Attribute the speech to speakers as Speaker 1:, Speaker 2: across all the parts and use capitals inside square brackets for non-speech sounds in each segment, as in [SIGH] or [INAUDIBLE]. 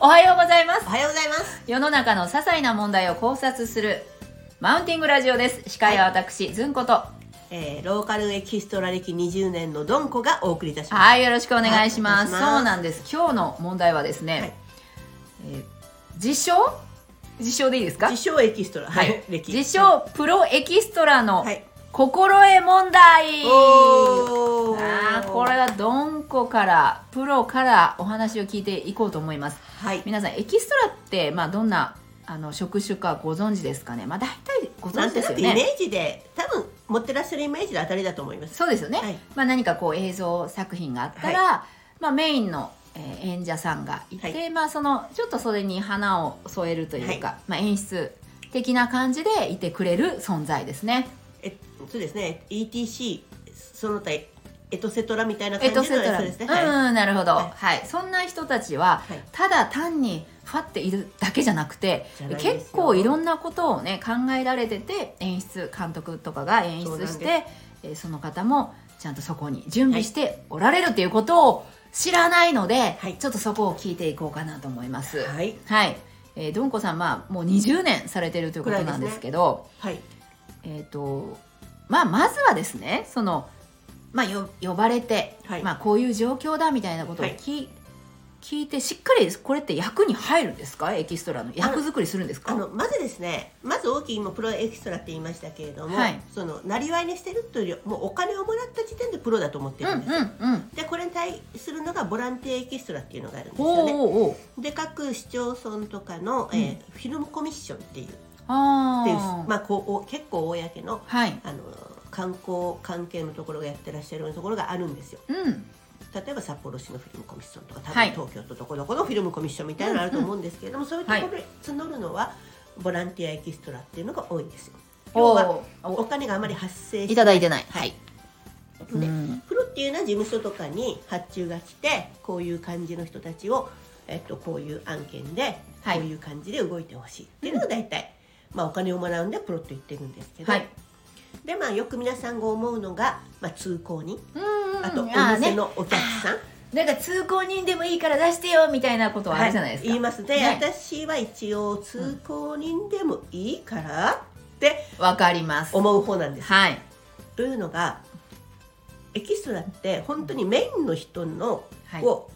Speaker 1: おはようございます
Speaker 2: おはようございます。
Speaker 1: 世の中の些細な問題を考察するマウンティングラジオです司会は私、ずんこと
Speaker 2: えー、ローカルエキストラ歴20年のドンコがお送りいたします。
Speaker 1: はいよろしくお願いします,、
Speaker 2: はいお願いします
Speaker 1: そうなんです今日の問題はですね、
Speaker 2: はい
Speaker 1: えー自称自称でいいですか
Speaker 2: 自称エキストラ。はい。歴。
Speaker 1: 自称プロエキストラの
Speaker 2: はい。
Speaker 1: 心得問題、
Speaker 2: おー
Speaker 1: あーこれはドンコからプロからお話を聞いていこうと思います
Speaker 2: はい。
Speaker 1: 皆さんエキストラって、まあ、どんなあの職種かご存知ですかねまあ大体ご
Speaker 2: な
Speaker 1: 存
Speaker 2: ん
Speaker 1: 知
Speaker 2: と
Speaker 1: ですよ
Speaker 2: なくイメ
Speaker 1: ね
Speaker 2: ージで、多分持ってらっしゃるイメージで当たりだと思います。
Speaker 1: そうですよね、
Speaker 2: はい
Speaker 1: まあ、何かこう映像作品があったら、まあ、メインの、えー演者さんがいて、
Speaker 2: は
Speaker 1: まあ、そのちょっとそれに花を添えるというか、まあ、演出的な感じでいてくれる存在ですね。
Speaker 2: え、そうですね。ETC その他エトセトラみたいな感
Speaker 1: エ
Speaker 2: じ
Speaker 1: ト
Speaker 2: の
Speaker 1: セトラ
Speaker 2: やつですね。はい。
Speaker 1: うんなるほど、は
Speaker 2: はい
Speaker 1: そんな人たちは、
Speaker 2: はい
Speaker 1: ただ単にファっているだけじゃなくて
Speaker 2: じゃないですよ
Speaker 1: 結構いろんなことをね考えられてて演出監督とかが演
Speaker 2: そう
Speaker 1: 出
Speaker 2: なんで
Speaker 1: し
Speaker 2: す
Speaker 1: てそ,、えーその方もちゃんとそこに準備しておられるっていうことを知らないので、
Speaker 2: はい
Speaker 1: ちょっとそこを聞いていこうかなと思います。はい、
Speaker 2: はい。
Speaker 1: えーどんこさん、まあ、もう20年されてるということなんですけど。
Speaker 2: はい。
Speaker 1: えーとまあ、まずはですねその、まあ、よ呼ばれて、
Speaker 2: はい
Speaker 1: まあ、こういう状況だみたいなことを
Speaker 2: はい
Speaker 1: 聞,、聞いてしっかりこれって役に入るんですかエキストラの役作りするんですか
Speaker 2: あのまずですねまず大きい今プロエキストラって言いましたけれども、
Speaker 1: はい
Speaker 2: そのなりわいにしてるというよりもうお金をもらった時点でプロだと思って
Speaker 1: うんう
Speaker 2: るん
Speaker 1: ん
Speaker 2: です、
Speaker 1: うん
Speaker 2: でこれに対するのがボランティアエキストラっていうのがあるんです
Speaker 1: お
Speaker 2: よ
Speaker 1: う
Speaker 2: ね
Speaker 1: おうおう
Speaker 2: で各市町村とかの、えーフィルムコミッションっていうって
Speaker 1: あ
Speaker 2: いう
Speaker 1: ー
Speaker 2: まあ、こうお結構公の
Speaker 1: はい
Speaker 2: あの観光関係のところがやってらっしゃるようなところがあるんですよ
Speaker 1: うん
Speaker 2: 例えば札幌市のフィルムコミッションとか多分
Speaker 1: はい
Speaker 2: 東京都どこどこのフィルムコミッションみたいなのあると思うんですけれども、そういうところに募るのはボランティアエキストラっていうのが多いんですよ。要は
Speaker 1: お
Speaker 2: お
Speaker 1: お
Speaker 2: 金があまり発生し
Speaker 1: い
Speaker 2: て
Speaker 1: ただいてないは
Speaker 2: はいい、
Speaker 1: う
Speaker 2: ね
Speaker 1: ん
Speaker 2: プロっていうのは事務所とかに発注が来てこういう感じの人たちを、えっと、こういう案件で、
Speaker 1: はい
Speaker 2: こういう感じで動いてほしいっていうのが大体、まあ、お金をもらうんでプロと言ってるんですけど、
Speaker 1: はい
Speaker 2: でまあ、よく皆さんが思うのが、まあ、通行人
Speaker 1: うんうんうん
Speaker 2: あとお
Speaker 1: ー
Speaker 2: 店
Speaker 1: ね
Speaker 2: のお客さん、
Speaker 1: なんか通行人でもいいから出してよみたいなことはあるじゃないですか、
Speaker 2: 言いますね
Speaker 1: ね
Speaker 2: 私は一応通行人でもいいからって
Speaker 1: わかります
Speaker 2: 思う方なんです。
Speaker 1: はい
Speaker 2: というのがエキストラって本当にメインの人の
Speaker 1: はい
Speaker 2: を、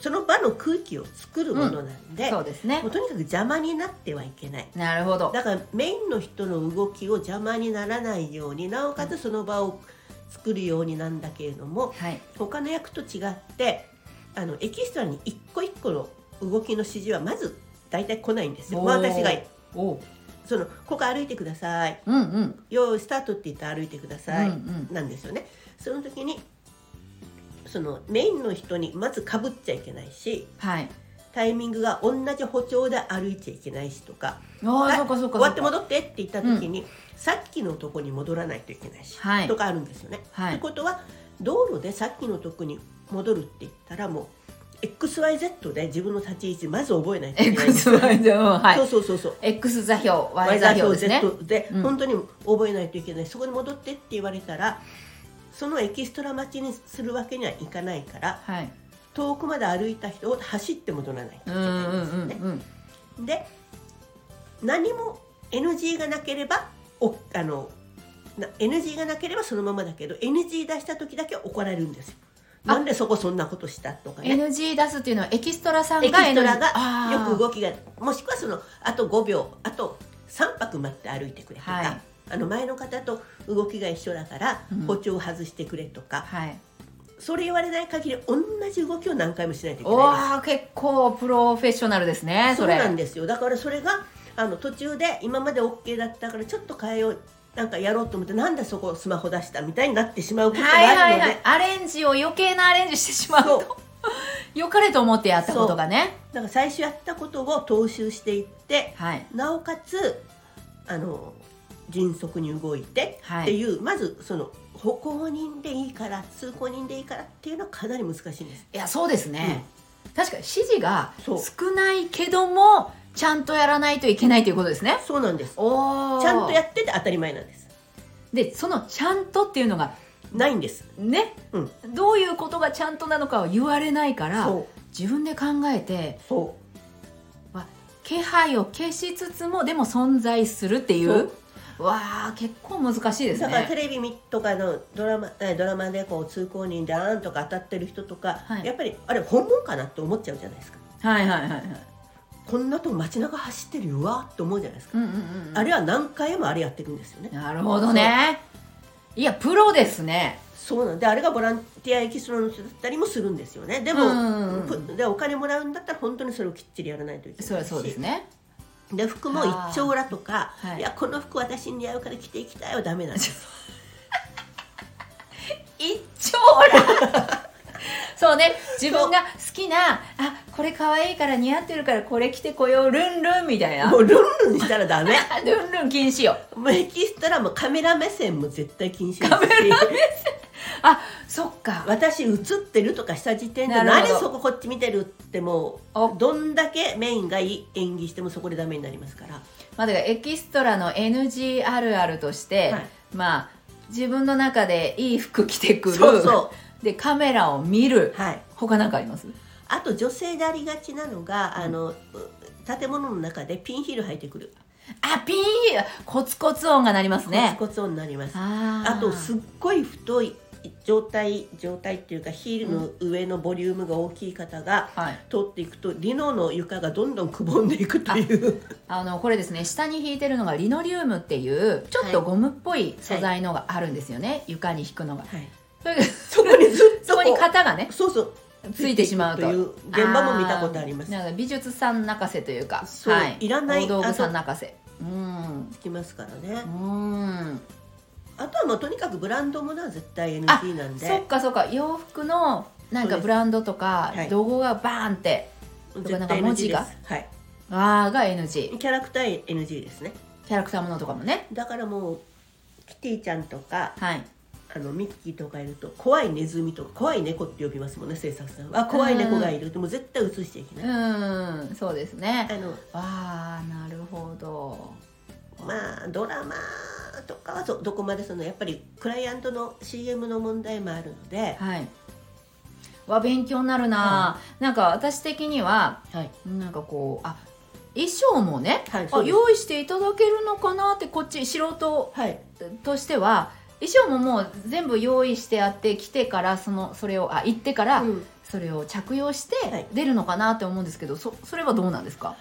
Speaker 2: その場の空気を作るものなんで、
Speaker 1: そうですね
Speaker 2: もうとにかく邪魔になってはいけない。
Speaker 1: なるほど
Speaker 2: だからメインの人の動きを邪魔にならないようになおかつその場を作るようになんだけれども
Speaker 1: はい
Speaker 2: 他の役と違ってあのエキストラに一個一個の動きの指示はまず大体来ないんですよ。まあ
Speaker 1: おー
Speaker 2: 私が
Speaker 1: おう
Speaker 2: そのここ歩いてください。
Speaker 1: うんうん
Speaker 2: よーいスタートって言って歩いてください。
Speaker 1: うんうん
Speaker 2: なんですよね。その時にそのメインの人にまずかぶっちゃいけないし
Speaker 1: はい
Speaker 2: タイミングが同じ歩調で歩いちゃいけないしとか
Speaker 1: あ
Speaker 2: は
Speaker 1: あ
Speaker 2: い
Speaker 1: そうかそうか
Speaker 2: 終わって
Speaker 1: っ
Speaker 2: 戻ってって言った時に、さっきのとこに戻らないといけないし、
Speaker 1: はい
Speaker 2: とかあるんですよね。
Speaker 1: は
Speaker 2: とい
Speaker 1: いう
Speaker 2: ことは道路でさっきのとこに戻るって言ったらもう XYZ で自分の立ち位置まず覚えないといけないんですよ
Speaker 1: X 座標は
Speaker 2: そう
Speaker 1: い
Speaker 2: そうそうそう
Speaker 1: X 座標 Y
Speaker 2: Y
Speaker 1: 座
Speaker 2: 座
Speaker 1: 標
Speaker 2: 標
Speaker 1: ですね
Speaker 2: Z で、
Speaker 1: うん
Speaker 2: 本当に覚えないといけないそこに戻ってって言われたらそのエキストラ待ちにするわけにはいかないから
Speaker 1: はい
Speaker 2: 遠くまで歩いた人を走って戻らないと
Speaker 1: うん
Speaker 2: いけない
Speaker 1: うん
Speaker 2: んですよ
Speaker 1: うん
Speaker 2: ね。
Speaker 1: うん
Speaker 2: で何も NG がなければおあのな NG がなければそのままだけど NG 出した時だけは怒られるんですよ。
Speaker 1: あ
Speaker 2: なんでそこそんなことしたとかね。
Speaker 1: NG 出すっていうのはエキストラさん
Speaker 2: エキ
Speaker 1: が NG
Speaker 2: ストラ
Speaker 1: あ
Speaker 2: が
Speaker 1: ー
Speaker 2: よく動きがもしくはそのあと5秒あと3拍待って歩いてくれとか、
Speaker 1: はい
Speaker 2: あの前の方と動きが一緒だから
Speaker 1: うん
Speaker 2: 包丁を外してくれとか、
Speaker 1: はい
Speaker 2: それ言われない限り同じ動きを何回もしないといけ
Speaker 1: お
Speaker 2: ない
Speaker 1: わー結構プロフェッショナルですね
Speaker 2: ですそ
Speaker 1: そうれ
Speaker 2: なんですよだからそれがあの途中で今まで OK だったからちょっと変えようなんかやろうと思ってなんでそこスマホ出したみたいになってしまうことがある
Speaker 1: は
Speaker 2: の
Speaker 1: い
Speaker 2: で、
Speaker 1: はいはいアレンジを余計なアレンジしてしまう
Speaker 2: そう
Speaker 1: と良かれと思ってやったことがね
Speaker 2: だから最初やったことを踏襲していって
Speaker 1: はい
Speaker 2: なおかつあの迅速に動いて
Speaker 1: はい
Speaker 2: っていう、まずその歩行人でいいから通行人でいいからっていうのはかなり難しいんです。
Speaker 1: いやそうですね、確かに指示が
Speaker 2: そう
Speaker 1: 少ないけどもちゃんとやらないといけないということですね
Speaker 2: そうなんです。
Speaker 1: お
Speaker 2: ちゃんとや
Speaker 1: っ
Speaker 2: ってて当たり前なんです。
Speaker 1: でその「ちゃんと」っていうのが
Speaker 2: ないんです。
Speaker 1: ね、
Speaker 2: うん
Speaker 1: どういうことがちゃんとなのかは言われないから
Speaker 2: そ
Speaker 1: 自分で考えて
Speaker 2: うそう
Speaker 1: 気配を消しつつもでも存在するっていうわあ結構難しいです
Speaker 2: だからテ
Speaker 1: ね
Speaker 2: レビとかのドラマえドラマでこう通行人であーんとか当たってる人とか、
Speaker 1: はい
Speaker 2: やっぱりあれ本物かなって思っちゃうじゃないですか
Speaker 1: はいはいはいはい
Speaker 2: こんなとこ街中走ってるようわーって思うじゃないですか、
Speaker 1: うんうんうんうん
Speaker 2: あれは何回もあれやってるんですよね
Speaker 1: なるほどねいやプロですね
Speaker 2: そうなんであれがボランティアエキストラの人だったりもするんですよねでも、
Speaker 1: うん
Speaker 2: ぷでお金もらうんだったら本当にそれをきっちりやらないといけないし
Speaker 1: そりゃそうですね
Speaker 2: で服も一丁羅とか、
Speaker 1: はい
Speaker 2: い、やこの服私に似合うから着ていきたいはダメなんです
Speaker 1: 一丁羅そうね自分が好きなあこれ可愛いから似合ってるからこれ着てこようルンルンみたい [LAUGHS] な
Speaker 2: もうルンルンしたらダメ
Speaker 1: あルンルン禁止よ
Speaker 2: もうエキストラもカメラ目線も絶対禁止ですし
Speaker 1: カメラ目線あそっか
Speaker 2: 私映ってるとかした時点で
Speaker 1: なる
Speaker 2: 何
Speaker 1: ほど
Speaker 2: そここっち見てるっても
Speaker 1: お
Speaker 2: うどんだけメインがいい演技してもそこでダメになりますから
Speaker 1: まあ、だからエキストラの NG あるあるとして、
Speaker 2: はい
Speaker 1: まあ自分の中でいい服着てくる
Speaker 2: そうそ
Speaker 1: でカメラを見る
Speaker 2: うはい
Speaker 1: 他なんかあります
Speaker 2: あと女性でありがちなのが、あのう建物の中でピンヒール履いてくる、
Speaker 1: あピーコツコツ音が鳴りますね
Speaker 2: コツコツ音になります
Speaker 1: あー
Speaker 2: あとすっごい太い状態状態っていうかヒールの上のボリュームが大きい方が
Speaker 1: はい、
Speaker 2: 通っていくとリノの床がどんどんくぼんでいくという
Speaker 1: あのこれですね下に引いてるのがリノリウムっていうちょっと
Speaker 2: はい
Speaker 1: ゴムっぽい素材のがあるんですよね、床に引くのが
Speaker 2: はい
Speaker 1: それが
Speaker 2: [LAUGHS] そこにずっ
Speaker 1: そ
Speaker 2: と
Speaker 1: こに
Speaker 2: こう
Speaker 1: 型がね
Speaker 2: そうそう
Speaker 1: ついてしまうと
Speaker 2: いう現場も見たことあります
Speaker 1: ーなんか美術さん泣かせというか
Speaker 2: そう
Speaker 1: はい、
Speaker 2: いらない
Speaker 1: 大道具さん泣かせうん
Speaker 2: きますからね
Speaker 1: うーん
Speaker 2: あとはもうとにかくブランドものは絶対 NG なん
Speaker 1: そっ
Speaker 2: で
Speaker 1: かそっか洋服のなん
Speaker 2: そう
Speaker 1: か
Speaker 2: です
Speaker 1: ブランドとか
Speaker 2: はい
Speaker 1: ロゴがバーンって、
Speaker 2: 絶
Speaker 1: なんか
Speaker 2: 対
Speaker 1: 文
Speaker 2: NG
Speaker 1: 字
Speaker 2: です
Speaker 1: が
Speaker 2: はい
Speaker 1: あーが NG
Speaker 2: キャラクター NG ですね
Speaker 1: キャラクターものとかもね
Speaker 2: だからもうキティちゃんとか
Speaker 1: はい
Speaker 2: あのミッキーとかいると怖いネズミとか怖い猫って呼びますもんね制作さんはあ怖い猫がいるでも絶対映していけ
Speaker 1: う
Speaker 2: ない、
Speaker 1: ーんそうですね
Speaker 2: あの
Speaker 1: わあなるほど
Speaker 2: まあドラマとかはどどこまでそのやっぱりクライアントの CM の問題もあるので、
Speaker 1: はいわ勉強になるな、なんか私的には
Speaker 2: はい、
Speaker 1: なんかこうあ衣装もね
Speaker 2: はいそ
Speaker 1: あ
Speaker 2: うです
Speaker 1: 用意していただけるのかなってこっち素人
Speaker 2: はい、
Speaker 1: としては衣装ももう全部用意してあって来てからそのそれをあ行ってから
Speaker 2: うん
Speaker 1: それを着用して
Speaker 2: はい
Speaker 1: 出るのかなって思うんですけどそそれはどうなんですか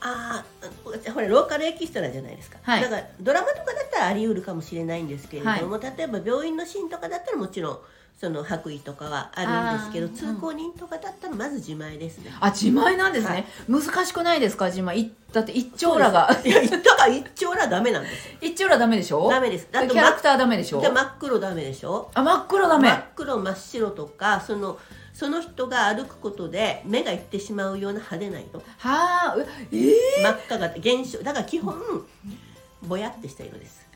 Speaker 2: ああほらローカルエキストラじゃないですか、
Speaker 1: はい
Speaker 2: だからドラマとかだったらあり得るかもしれないんですけれども、例えば病院のシーンとかだったらもちろんその白衣とかはあるんですけど
Speaker 1: あー
Speaker 2: 通行人とかだったらまず自前ですね。
Speaker 1: あ自前なんです
Speaker 2: は
Speaker 1: ね
Speaker 2: い
Speaker 1: 難しくないですか自前いだって一丁羅が
Speaker 2: いやだから一丁らダメなんですよ
Speaker 1: 一丁羅ダメでしょ
Speaker 2: ダメです
Speaker 1: キ
Speaker 2: あと
Speaker 1: ャラクターダメでしょ
Speaker 2: じゃあ真っ黒ダメでしょ
Speaker 1: あ真っ黒ダメ、
Speaker 2: 真っ黒真っ白とかそのその人が歩くことで目がいってしまうような派手な色
Speaker 1: はあうええ
Speaker 2: 真っ赤が現象だから基本ぼやってした色です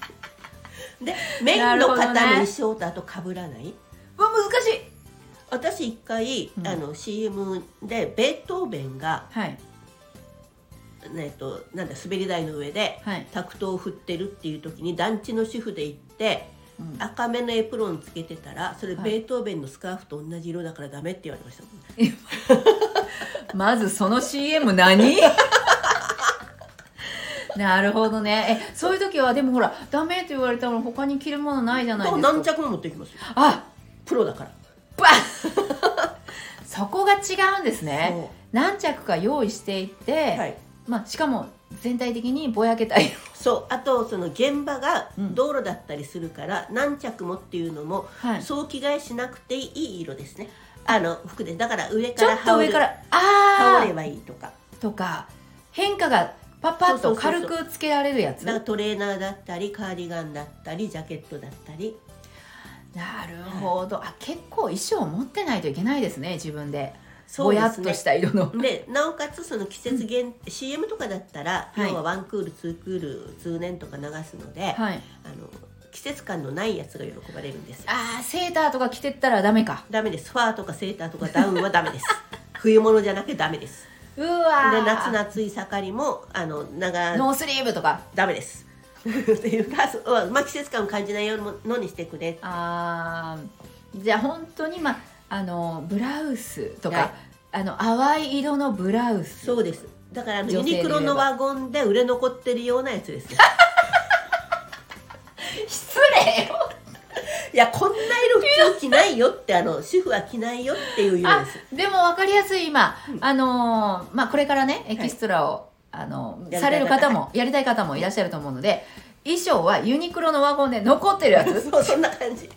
Speaker 1: [LAUGHS]
Speaker 2: でメインの方の衣装とあと被らない
Speaker 1: ー、うわ難しい
Speaker 2: 私一回、
Speaker 1: うん
Speaker 2: あの CM でベートーベンが、
Speaker 1: はい
Speaker 2: ねえっと、なんだ滑り台の上で
Speaker 1: はい、
Speaker 2: タクトを振ってるっていう時に団地の主婦で行って
Speaker 1: うん
Speaker 2: 赤めのエプロンつけてたらそれベ
Speaker 1: はい
Speaker 2: ートーベンのスカーフと同じ色だからダメって言われましたもん
Speaker 1: まずその CM
Speaker 2: [LAUGHS]
Speaker 1: 何なるほどねえそういう時はでもほらダメって言われたら他に着るものないじゃないですか
Speaker 2: 何着も持っていきますよ
Speaker 1: あ
Speaker 2: プロだから
Speaker 1: ばそこが違うんですね
Speaker 2: そ
Speaker 1: 何着か用意していって、
Speaker 2: うはい
Speaker 1: まあ、しかも全体的にぼやけたい
Speaker 2: そうあとその現場が
Speaker 1: うん
Speaker 2: 道路だったりするから、何着もっていうのも
Speaker 1: [LAUGHS] はい
Speaker 2: そう着替えしなくていい色ですねあの服でだから上
Speaker 1: ち
Speaker 2: か
Speaker 1: ょ
Speaker 2: ら
Speaker 1: っと
Speaker 2: 羽
Speaker 1: 上
Speaker 2: 織る
Speaker 1: から
Speaker 2: 羽織
Speaker 1: あ
Speaker 2: ればいいとか
Speaker 1: ーとか変化がパッパッと軽くつけられるやつ
Speaker 2: だからトレーナーだったりカーディガンだったりジャケットだったり
Speaker 1: なるほどあ結構衣装持ってないといけないですね自分で
Speaker 2: そ
Speaker 1: ぼ
Speaker 2: う
Speaker 1: や
Speaker 2: で
Speaker 1: っ
Speaker 2: す
Speaker 1: と
Speaker 2: ね
Speaker 1: した色の
Speaker 2: でなおかつその季節限、CM とかだったら
Speaker 1: はい
Speaker 2: 要はワンクールツークール通年とか流すので、あ
Speaker 1: はい、
Speaker 2: の季節感のないやつが喜ばれるんですよ
Speaker 1: あーセーターとか着てったらダメか
Speaker 2: ダメですファーとかセーターとかダウンはダメです
Speaker 1: [LAUGHS]
Speaker 2: 冬物じゃなきゃダメです
Speaker 1: うわー
Speaker 2: で夏の暑い盛りもあの長
Speaker 1: ノースリーブとか
Speaker 2: ダメですっていうかそうまあ季節感を感じないようなのにしてくれ
Speaker 1: あーじゃあ本当にまああのブラウスとか、
Speaker 2: はい
Speaker 1: あの淡い色のブラウス
Speaker 2: そうですだからあのユ
Speaker 1: 女性で言え
Speaker 2: ニク
Speaker 1: ば
Speaker 2: ロのワゴンで売れ残ってるようなやつ [LAUGHS] ですね
Speaker 1: 失礼よ
Speaker 2: いやこんな色普通着ないよってあの [LAUGHS] 主婦は着ないよっていう色
Speaker 1: あ
Speaker 2: です
Speaker 1: でも分かりやすい今、
Speaker 2: うん
Speaker 1: あのーまあ、これからねエキストラを、あの
Speaker 2: やりた
Speaker 1: され
Speaker 2: い方
Speaker 1: る方もやりたい方もいらっしゃると思うので衣装はユニクロのワゴンで残ってるや
Speaker 2: [LAUGHS]
Speaker 1: つ
Speaker 2: そうそんな感じ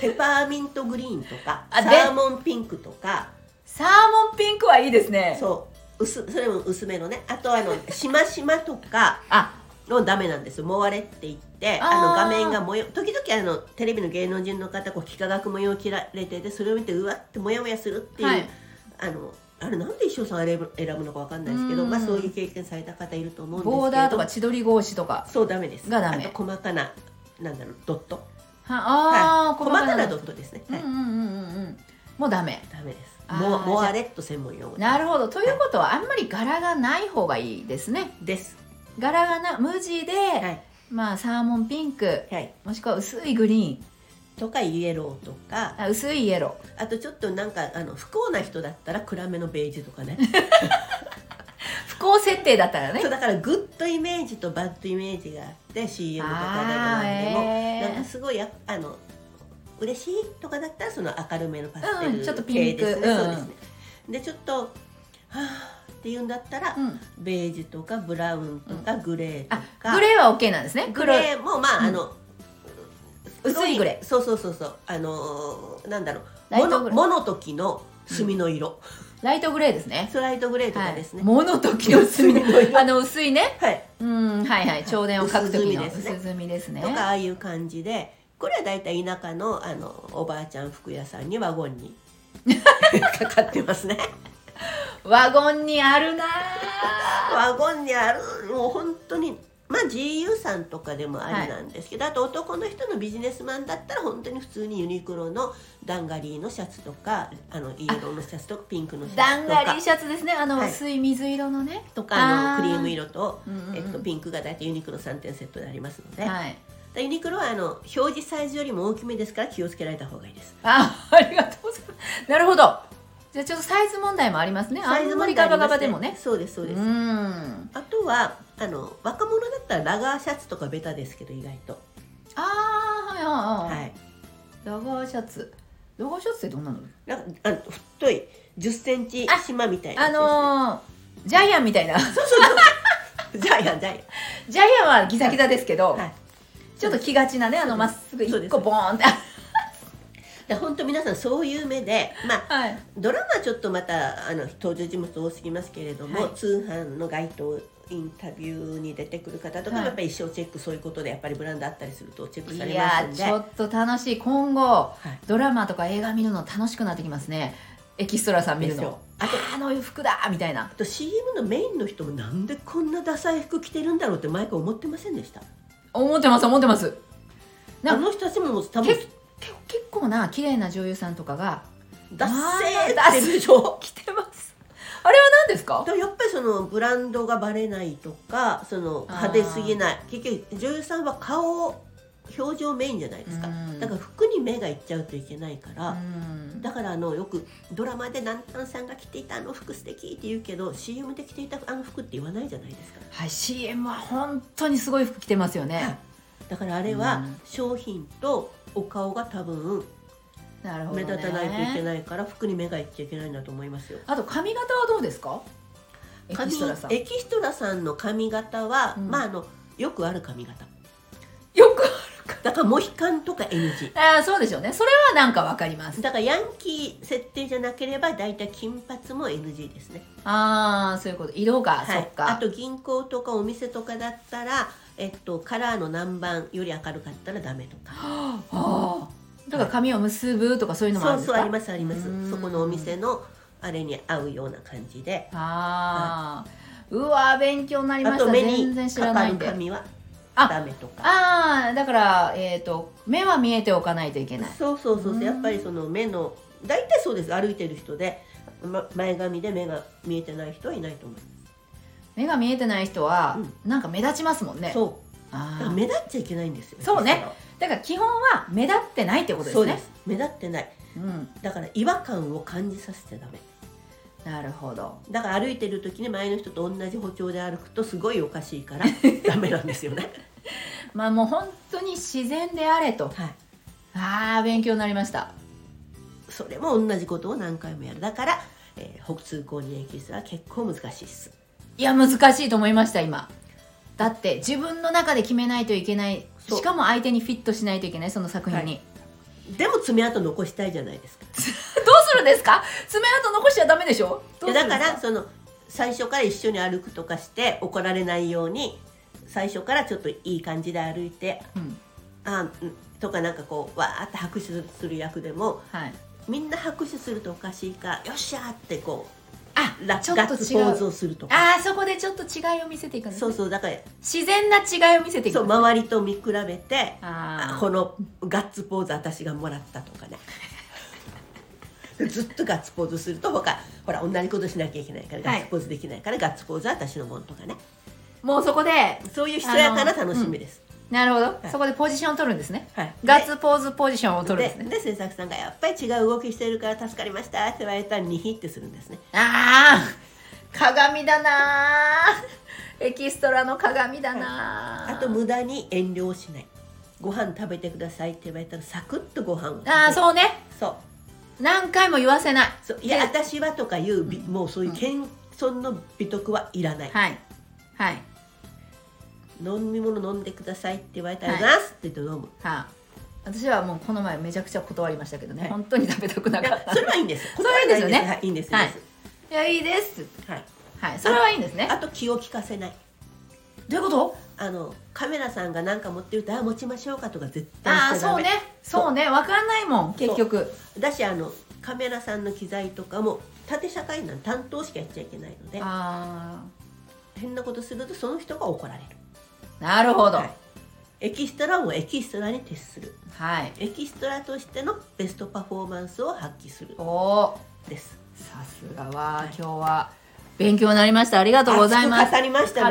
Speaker 2: ペパーミントグリーンとかサ
Speaker 1: あで
Speaker 2: ーモンピンクとか
Speaker 1: サーモンピンクはいいですね
Speaker 2: そう薄それも薄めのねあとあのしましまとか
Speaker 1: あ
Speaker 2: のダメなんですよもわれって言って
Speaker 1: あー
Speaker 2: あの画面が模様時々あのテレビの芸能人の方こう幾何学模様を切られててそれを見てうわってモヤモヤするっていう、
Speaker 1: はい
Speaker 2: あのあれなんで衣装さんあれ選ぶのかわかんないですけど
Speaker 1: うん
Speaker 2: まあそういう経験された方いると思うんですけど
Speaker 1: ボーダーとか千鳥格子とか
Speaker 2: そうダメです
Speaker 1: がダメ
Speaker 2: あと細かななんだろうドット
Speaker 1: はあー、
Speaker 2: 細かな
Speaker 1: の
Speaker 2: ドットですね、
Speaker 1: うん
Speaker 2: はい
Speaker 1: うんうんうんうんもうダメ
Speaker 2: ダメです
Speaker 1: あー
Speaker 2: モモ
Speaker 1: じゃあ
Speaker 2: アレット専門用語
Speaker 1: なるほどということはあんまり柄がない方がいいですね
Speaker 2: です
Speaker 1: 柄がな無地で、
Speaker 2: はい
Speaker 1: まあサーモンピンク
Speaker 2: はい
Speaker 1: もしくは薄いグリーン
Speaker 2: とかイエローとか
Speaker 1: あ薄いイエロー
Speaker 2: あとちょっとなんかあの不幸な人だったら暗めのベージュとかね
Speaker 1: 不幸設定だったらね
Speaker 2: そうだからグッドイメージとバッドイメージがあって CM とかでも何でも、
Speaker 1: あーへー
Speaker 2: なんかすごいやあの嬉しいとかだったらその明るめのパステ
Speaker 1: うん
Speaker 2: ル
Speaker 1: ちょっとピ
Speaker 2: 系
Speaker 1: ンク
Speaker 2: ですね、
Speaker 1: うん
Speaker 2: そうですねでちょっとはあっていうんだったら、
Speaker 1: うん、
Speaker 2: ベージュとかブラウンとかグレーと
Speaker 1: あ
Speaker 2: か、
Speaker 1: グレーは OK なんですね
Speaker 2: グ
Speaker 1: 黒い
Speaker 2: レーもまあ、
Speaker 1: うん
Speaker 2: あの
Speaker 1: 薄いグレ
Speaker 2: ーそうそうそうそうあのーなんだろう
Speaker 1: ライ
Speaker 2: モ
Speaker 1: トグ
Speaker 2: ノ
Speaker 1: レー
Speaker 2: モノ時の墨の色、
Speaker 1: ライトグレーですね
Speaker 2: スライトグレーとかですね、
Speaker 1: はい、モノ時
Speaker 2: [LAUGHS]
Speaker 1: の墨
Speaker 2: 墨の色
Speaker 1: あの薄いね
Speaker 2: はい、
Speaker 1: うんはいはい超電を書く時の
Speaker 2: 薄墨ですね
Speaker 1: 薄墨ですね
Speaker 2: とかああいう感じでこれは大体田舎のあのおばあちゃん服屋さんにワゴン
Speaker 1: [LAUGHS]
Speaker 2: にかかってますね
Speaker 1: ワゴンにあるな
Speaker 2: ワゴンにあるもう本当にまあ GU さんとかでもありなんですけど、あと男の人のビジネスマンだったら本当に普通にユニクロのダンガリーのシャツとかあのイエローのシャツとかピンクのシ
Speaker 1: ダ
Speaker 2: ャツ
Speaker 1: ン
Speaker 2: と
Speaker 1: ガリ
Speaker 2: か
Speaker 1: ーシャツですねあの、
Speaker 2: はい
Speaker 1: 薄い水色のね
Speaker 2: とかあ
Speaker 1: あ
Speaker 2: の
Speaker 1: ー
Speaker 2: クリーム色と,、
Speaker 1: うんうんうん
Speaker 2: えっとピンクが大体ユニクロ3点セットでありますので、
Speaker 1: はい
Speaker 2: ユニクロはあの表示サイズよりも大きめですから気をつけられた方がいいです。
Speaker 1: あ [LAUGHS] ありがとうございますなるほどじゃあちょっとサイズ問題もありますね
Speaker 2: サイズ
Speaker 1: あんまり
Speaker 2: 問題
Speaker 1: ガ
Speaker 2: あり
Speaker 1: バ
Speaker 2: ま
Speaker 1: ガ
Speaker 2: す
Speaker 1: バでもね
Speaker 2: そうですそうです、
Speaker 1: ん
Speaker 2: あとはあの若者だったらラガーシャツとかベタですけど意外と、
Speaker 1: ああはいはいはい、
Speaker 2: はい
Speaker 1: ロゴシャツロゴシャツってどんなの
Speaker 2: なんかあの太い1 0ンチ
Speaker 1: あ
Speaker 2: 島みたいな
Speaker 1: あ
Speaker 2: やつですね
Speaker 1: のージャイアンみたいな [LAUGHS]
Speaker 2: そうそうそうジャイアンジャイ
Speaker 1: ジャイアンはギザギザですけど、
Speaker 2: アンはい
Speaker 1: ちょっと着がちなねあの
Speaker 2: そう
Speaker 1: ま
Speaker 2: で
Speaker 1: っ
Speaker 2: す
Speaker 1: すぐ
Speaker 2: そう
Speaker 1: 一
Speaker 2: です
Speaker 1: 個ボーンって [LAUGHS]
Speaker 2: で本当皆さんそういう目でまあ
Speaker 1: はい
Speaker 2: ドラマはちょっとまたあの登場人物多すぎますけれども、
Speaker 1: はい
Speaker 2: 通販の街頭インタビューに出てくる方とかも
Speaker 1: はい
Speaker 2: やっぱり一生チェックそういうことでやっぱりブランドあったりするとチェックさ
Speaker 1: い
Speaker 2: れます
Speaker 1: や
Speaker 2: ん
Speaker 1: ー
Speaker 2: で
Speaker 1: ちょっと楽しい今後
Speaker 2: はい
Speaker 1: ドラマとか映画見るの楽しくなってきますねエキストラさん見る
Speaker 2: ですよ
Speaker 1: のあーあの服だみたいな
Speaker 2: あと CM のメインの人もなんでこんなダサい服着てるんだろうって毎回思ってませんでした
Speaker 1: 思ってます思ってますな
Speaker 2: あの人たちも多分
Speaker 1: 結結結構な綺麗な女優さんとかが
Speaker 2: ダッセ
Speaker 1: まあ
Speaker 2: ーってでしょ
Speaker 1: 着てますあれは何ですか
Speaker 2: でもやっぱりそのブランドがバレないとかその
Speaker 1: あー
Speaker 2: 派手すぎない結局女優さんは顔表情メインじゃないですか
Speaker 1: うん
Speaker 2: だから服に目がいっちゃうといけないから
Speaker 1: うん
Speaker 2: だからあのよくドラマで南丹さんが着ていたあの服素敵って言うけど CM で着ていたあの服って言わないじゃないですか
Speaker 1: はい CM は本当にすごい服着てますよね
Speaker 2: だからあれ
Speaker 1: う
Speaker 2: は
Speaker 1: ん
Speaker 2: 商品とお顔が多分
Speaker 1: なるほど、
Speaker 2: 目
Speaker 1: ね、
Speaker 2: 立たないといけないから服に目がいっちゃいけないんだと思いますよ
Speaker 1: あと髪型はどうですかエキストラさん
Speaker 2: 髪エキストラさんの髪型は、
Speaker 1: うん
Speaker 2: まああのよくある髪型
Speaker 1: よく
Speaker 2: だからモヒカンとか NG
Speaker 1: ああそうでしょうねそれはなんかわかります
Speaker 2: だからヤンキー設定じゃなければ大体金髪も NG ですね、
Speaker 1: ああそういうこと色が、
Speaker 2: はい
Speaker 1: そっか
Speaker 2: あと銀行とかお店とかだったら、えっと、カラーの南蛮より明るかったらダメとか
Speaker 1: ああだから髪を結ぶとかそういうのもある
Speaker 2: そ
Speaker 1: んで
Speaker 2: う
Speaker 1: す
Speaker 2: そう
Speaker 1: か
Speaker 2: ありますあります
Speaker 1: うん
Speaker 2: そこのお店のあれに合うような感じで
Speaker 1: あーうわー勉強になりまし
Speaker 2: あと
Speaker 1: た
Speaker 2: 目
Speaker 1: 全
Speaker 2: に
Speaker 1: 然知ら
Speaker 2: か
Speaker 1: な
Speaker 2: か
Speaker 1: い
Speaker 2: る
Speaker 1: んで
Speaker 2: 髪は
Speaker 1: あ
Speaker 2: ダメとか
Speaker 1: ああだから、えー、と目は見えておかないといけない
Speaker 2: そうそうそうそううんやっぱりその目の大体そうです歩いてる人で、ま、前髪で目が見えてない人はいないと思いま
Speaker 1: 目が見えてない人は、なんか目立ちますもんね
Speaker 2: すそ
Speaker 1: あ
Speaker 2: うだ
Speaker 1: ー
Speaker 2: から目立っちゃいけないんですよ
Speaker 1: そうねだから基本は目立ってないってことです
Speaker 2: そう
Speaker 1: ね
Speaker 2: です目立ってない
Speaker 1: うん、
Speaker 2: だから違和感を感じさせちゃダメ
Speaker 1: なるほど
Speaker 2: だから歩いてる時に前の人と同じ歩調で歩くとすごいおかしいから
Speaker 1: [LAUGHS]
Speaker 2: ダメなんですよね。
Speaker 1: まあもう本当に自然であれと
Speaker 2: はい、
Speaker 1: ああ勉強になりました
Speaker 2: それも同じことを何回もやるだから、えー、通行に駅すは結構難しいです。
Speaker 1: いや難しいと思いました今だって自分の中で決めないといけない
Speaker 2: そう
Speaker 1: しかも相手にフィットしないといけないその作品に、
Speaker 2: でも爪痕残したいじゃないですか。
Speaker 1: どうするんですか爪痕残しちゃダメでしょどう
Speaker 2: です
Speaker 1: る
Speaker 2: だ
Speaker 1: んで
Speaker 2: か
Speaker 1: す
Speaker 2: らその最初から一緒に歩くとかして怒られないように最初からちょっといい感じで歩いて
Speaker 1: うん
Speaker 2: あんとかなんかこうわーって拍手する役でも
Speaker 1: はい
Speaker 2: みんな拍手するとおかしいからよっしゃーってこ
Speaker 1: あ
Speaker 2: うラ
Speaker 1: ちょ
Speaker 2: ガ
Speaker 1: っ
Speaker 2: ッ
Speaker 1: と
Speaker 2: ツ
Speaker 1: 違
Speaker 2: ポ
Speaker 1: う
Speaker 2: ーズをするとか
Speaker 1: あーそこでちょっと違いを見せていくんです
Speaker 2: そう
Speaker 1: ね
Speaker 2: そうだから
Speaker 1: 自然な違いを見せていく
Speaker 2: そう周りと見比べてあ
Speaker 1: あー
Speaker 2: このガッツポーズ私がもらったとか
Speaker 1: [LAUGHS]
Speaker 2: ねずっとガッツポーズすると他ほら同じことしなきゃいけないからガ
Speaker 1: はい
Speaker 2: ッツポーズできないから、ガッツポーズは私のもんとかね
Speaker 1: もうそこで
Speaker 2: そういうひそやかな楽しみです。
Speaker 1: なるほど、
Speaker 2: い
Speaker 1: そこでポジションを取るんですね
Speaker 2: はい、
Speaker 1: ガッツポーズポジションを
Speaker 2: で
Speaker 1: 取るんですね
Speaker 2: で制作さんがやっぱり違う動きしてるから助かりましたって言われたらニヒってするんですね。
Speaker 1: あー鏡だなーエキストラの鏡だなー、
Speaker 2: あと無駄に遠慮をしない。ご飯食べてくださいって言われたらサクッとご飯を食べる。
Speaker 1: あー
Speaker 2: う
Speaker 1: そうね
Speaker 2: そう
Speaker 1: 何回も言わせない
Speaker 2: そういや
Speaker 1: で
Speaker 2: 私はとかいうびもうそういう謙遜の美徳はいらない。
Speaker 1: はいはいは
Speaker 2: 飲み物飲んでくださいって言われたら
Speaker 1: はい
Speaker 2: ナスって言って飲む。
Speaker 1: あ私はもうこの前めちゃくちゃ断りましたけどね、
Speaker 2: はい
Speaker 1: 本当に食べたくないかっ
Speaker 2: や
Speaker 1: た
Speaker 2: それはいいんです。
Speaker 1: [LAUGHS] それはいいんですよね
Speaker 2: はいいいんです。
Speaker 1: はい
Speaker 2: いいんです
Speaker 1: いやいいですって
Speaker 2: はい。
Speaker 1: はいそれはいいんですね
Speaker 2: あと気を利かせない。
Speaker 1: どういうこと
Speaker 2: あのカメラさんが何か持ってるとあ持ちましょうかとか絶対
Speaker 1: ああ
Speaker 2: しちゃダ
Speaker 1: そう
Speaker 2: メ
Speaker 1: ねそうね分かんないもん結局
Speaker 2: だしあのカメラさんの機材とかも縦社会なん担当しかやっちゃいけないので
Speaker 1: あ
Speaker 2: 変なことするとその人が怒られる
Speaker 1: あなるほどは
Speaker 2: はいい、エキストラもエキストラに徹するエキストラとしてのベストパフォーマンスを発揮する
Speaker 1: おお
Speaker 2: です
Speaker 1: さすがは今日は勉強になりましたありがとうございます
Speaker 2: 熱く語りまし
Speaker 1: 語
Speaker 2: た
Speaker 1: っ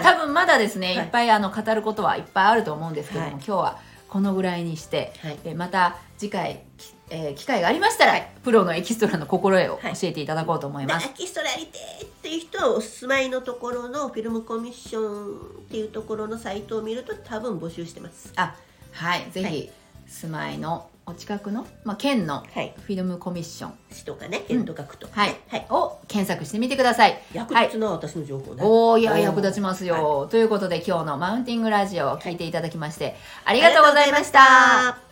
Speaker 1: た多分まだですね、
Speaker 2: はい
Speaker 1: い、っぱいあの語ることはいっぱいあると思うんですけども、
Speaker 2: はい
Speaker 1: 今日はこのぐらいにして、
Speaker 2: はい
Speaker 1: えまた次回、きえー機会がありましたら、プロのエキストラの心得を
Speaker 2: はい
Speaker 1: 教えていただこうと思います、
Speaker 2: エキストラやりてーっていう人はお住まいのところのフィルムコミッションっていうところのサイトを見ると多分募集してます
Speaker 1: あはいぜひ、
Speaker 2: はい
Speaker 1: 住まいのお近くの、まあ、県の
Speaker 2: はい
Speaker 1: フィルムコミッション、
Speaker 2: 市とかね県とか区とか
Speaker 1: はい
Speaker 2: ね、はい、
Speaker 1: を検索してみてください
Speaker 2: 役立つな、私の情報ね
Speaker 1: おーいや
Speaker 2: おー
Speaker 1: 役立ちますよ、ということで今日のマウンティングラジオを聞いていただきまして、ありがとうございました